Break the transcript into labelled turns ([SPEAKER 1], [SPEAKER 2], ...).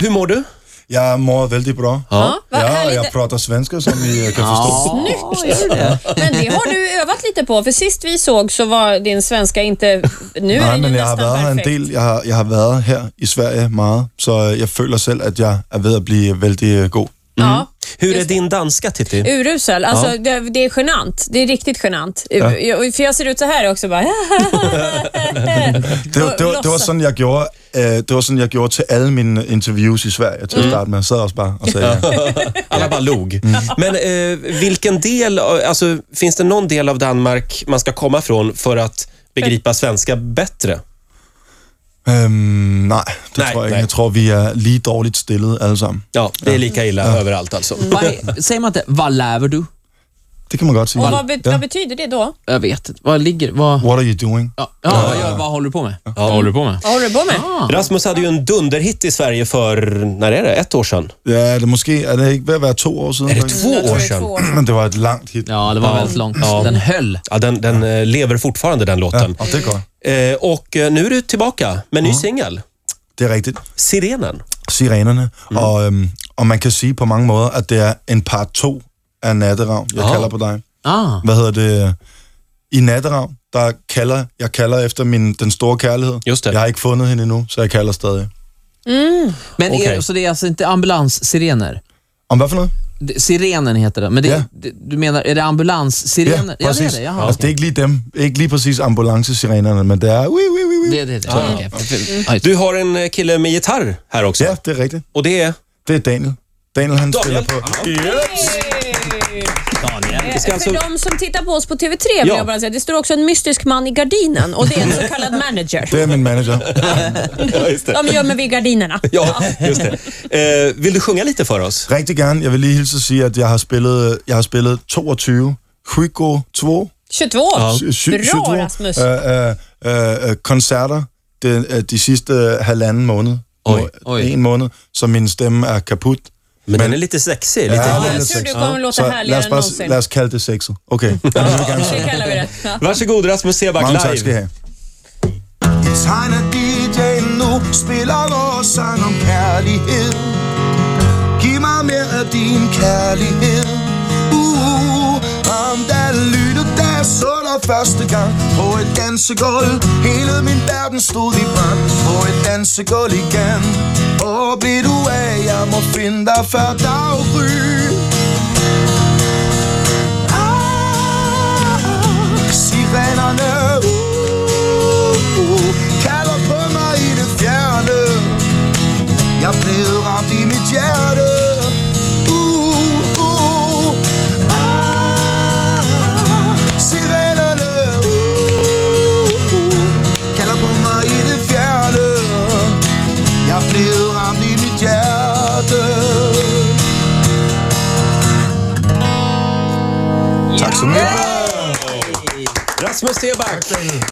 [SPEAKER 1] Hur mår du?
[SPEAKER 2] Jag mår väldigt bra.
[SPEAKER 1] Ja.
[SPEAKER 3] vad
[SPEAKER 2] Ja,
[SPEAKER 3] härligt.
[SPEAKER 2] jag pratar svenska som ni kan förstå.
[SPEAKER 3] Snyggt! Men det har du övat lite på, för sist vi såg så var din svenska inte... Nu är
[SPEAKER 2] Nej,
[SPEAKER 3] den
[SPEAKER 2] men jag har
[SPEAKER 3] nästan
[SPEAKER 2] varit här en
[SPEAKER 3] perfekt.
[SPEAKER 2] del. Jag har, jag har varit här i Sverige mycket, så øh, jag känner själv att jag är vid att bli väldigt øh, god.
[SPEAKER 3] Ja.
[SPEAKER 1] Hur är
[SPEAKER 3] Just
[SPEAKER 1] din danska, Titti?
[SPEAKER 2] Mm.
[SPEAKER 3] Urusel. Alltså, det, det är genant. Det är riktigt genant. Jag, för jag ser ut så här också. Bara.
[SPEAKER 2] Det, var- det, var- det, var sådan, jag gjorde, eh, det var sådan, jag gjorde till alla mina intervjuer i Sverige till att starta med. Jag satt också bara och sa ja.
[SPEAKER 1] Alla bara log. Men eh, vilken del, alltså finns det någon del av Danmark man ska komma från för att begripa svenska bättre?
[SPEAKER 2] Øhm, nej, det
[SPEAKER 1] Nej,
[SPEAKER 2] tror jeg ikke.
[SPEAKER 1] nej.
[SPEAKER 2] Jeg tror, vi er lige dårligt stillet alle sammen.
[SPEAKER 1] Ja, det är lika illa överallt alltså.
[SPEAKER 4] Vad är- Säger man inte vad lever du?
[SPEAKER 2] Det kan man godt sige.
[SPEAKER 3] Och vad, be,
[SPEAKER 2] Ja.
[SPEAKER 3] vad betyder det då?
[SPEAKER 4] Jag vet inte. Vad ligger... Vad...
[SPEAKER 2] What are you doing?
[SPEAKER 4] Ja, ja, vad, gör, vad håller du på med? Vad håller du på med?
[SPEAKER 3] Vad håller du på med?
[SPEAKER 1] Rasmus hade ju en dunderhit i Sverige för, när är det? Ett år sedan?
[SPEAKER 2] Ja, det måske er det ikke ved at være to år siden.
[SPEAKER 1] Är det
[SPEAKER 2] faktisk?
[SPEAKER 1] två
[SPEAKER 3] Jag tror
[SPEAKER 1] år
[SPEAKER 3] det är två
[SPEAKER 1] sedan?
[SPEAKER 3] år.
[SPEAKER 2] Men det var et langt hit. Ja,
[SPEAKER 4] Ja, det var väldigt långt. Den höll.
[SPEAKER 1] Ja, den, den eh, lever fortfarande den låten.
[SPEAKER 2] og det er godt.
[SPEAKER 1] Eh, och eh, nu är du tillbaka med en ny singel,
[SPEAKER 2] Det er rigtigt.
[SPEAKER 1] Sirenen.
[SPEAKER 2] Sirenerne. Og, øhm, og man kan sige på mange måder, at det er en part 2 af Natteravn. Jeg
[SPEAKER 1] Ja.
[SPEAKER 2] kalder på dig.
[SPEAKER 4] Ah.
[SPEAKER 2] Hvad hedder det? I Natteravn, der kalder, jeg kalder efter min, den store kærlighed.
[SPEAKER 1] Just det.
[SPEAKER 2] Jeg har ikke fundet hende endnu, så jeg kalder stadig.
[SPEAKER 4] Men
[SPEAKER 1] Okej.
[SPEAKER 4] är, så det är alltså inte ambulanssirener?
[SPEAKER 2] Om hvad for noget?
[SPEAKER 4] Det- Sirenen heter den, men det,
[SPEAKER 2] Ja.
[SPEAKER 4] det, du menar, är det ambulanssirener? Ja, det är det. Jaha,
[SPEAKER 2] altså, det er
[SPEAKER 4] okej.
[SPEAKER 2] ikke lige dem. Ikke lige præcis ambulancesirenerne, men det er... Ui, ui, ui, ui.
[SPEAKER 4] det, det, det. Ah. Du,
[SPEAKER 1] Du har en eh, kille med gitarr här också.
[SPEAKER 2] Ja, det er rigtigt.
[SPEAKER 1] Och det är...
[SPEAKER 2] Det er Daniel. Daniel, han
[SPEAKER 1] Daniel.
[SPEAKER 2] spiller på...
[SPEAKER 1] Det ska alltså...
[SPEAKER 3] För de som tittar på oss på TV3 vill
[SPEAKER 1] Ja.
[SPEAKER 3] jag bara säga, det står också en mystisk man i gardinen och det är en så kallad manager.
[SPEAKER 2] Det er min manager.
[SPEAKER 1] Ja, just det.
[SPEAKER 3] De gömmer vi gardinerna.
[SPEAKER 1] Ja, just det. Eh, vill du sjunga lite för oss?
[SPEAKER 2] Rigtig gerne. Jeg vil lige hilse at sige, at jeg har spillet, jeg har spillet 22. Hugo 2.
[SPEAKER 3] 22!
[SPEAKER 2] sy- sy-
[SPEAKER 3] Bra
[SPEAKER 2] 22,
[SPEAKER 3] Rasmus!
[SPEAKER 2] øh, øh, øh, øh, koncerter de, øh, de sidste øh, halvanden måned.
[SPEAKER 1] Oj,
[SPEAKER 2] Nå,
[SPEAKER 4] oj.
[SPEAKER 2] En måned, så min stemme er kaput.
[SPEAKER 1] Men den är lite sexig. Lite...
[SPEAKER 2] Ja,
[SPEAKER 3] jag
[SPEAKER 2] den er
[SPEAKER 3] tror, du
[SPEAKER 2] sexet.
[SPEAKER 3] kommer låta
[SPEAKER 2] Så lad
[SPEAKER 3] härligare
[SPEAKER 2] os,
[SPEAKER 3] än
[SPEAKER 2] bare,
[SPEAKER 3] någonsin.
[SPEAKER 2] lad os kalde det sexet. Okay.
[SPEAKER 3] Det kallar vi det. Ja.
[SPEAKER 1] Varsågod, Rasmus Seback
[SPEAKER 2] Mange tak
[SPEAKER 1] live.
[SPEAKER 2] skal I have.
[SPEAKER 5] Vi tegner DJ'en nu Spiller vores sang om kærlighed Giv mig mere af din kærlighed uh, Om da jeg lyttede, da jeg så dig første gang På et dansegulv Hele min verden stod i brand På et dansegulv igen Åh, blev du af, jeg må finde dig før daggry Ah, Sirenerne uh, uh, kalder på mig i det fjerne Jeg er blevet ramt i mit hjerte uh, uh, ah, Sirenerne uh, uh, kalder på mig i det fjerne Jeg er blevet ramt i mit hjerte
[SPEAKER 2] Tak så mycket.
[SPEAKER 1] Rasmus Seback,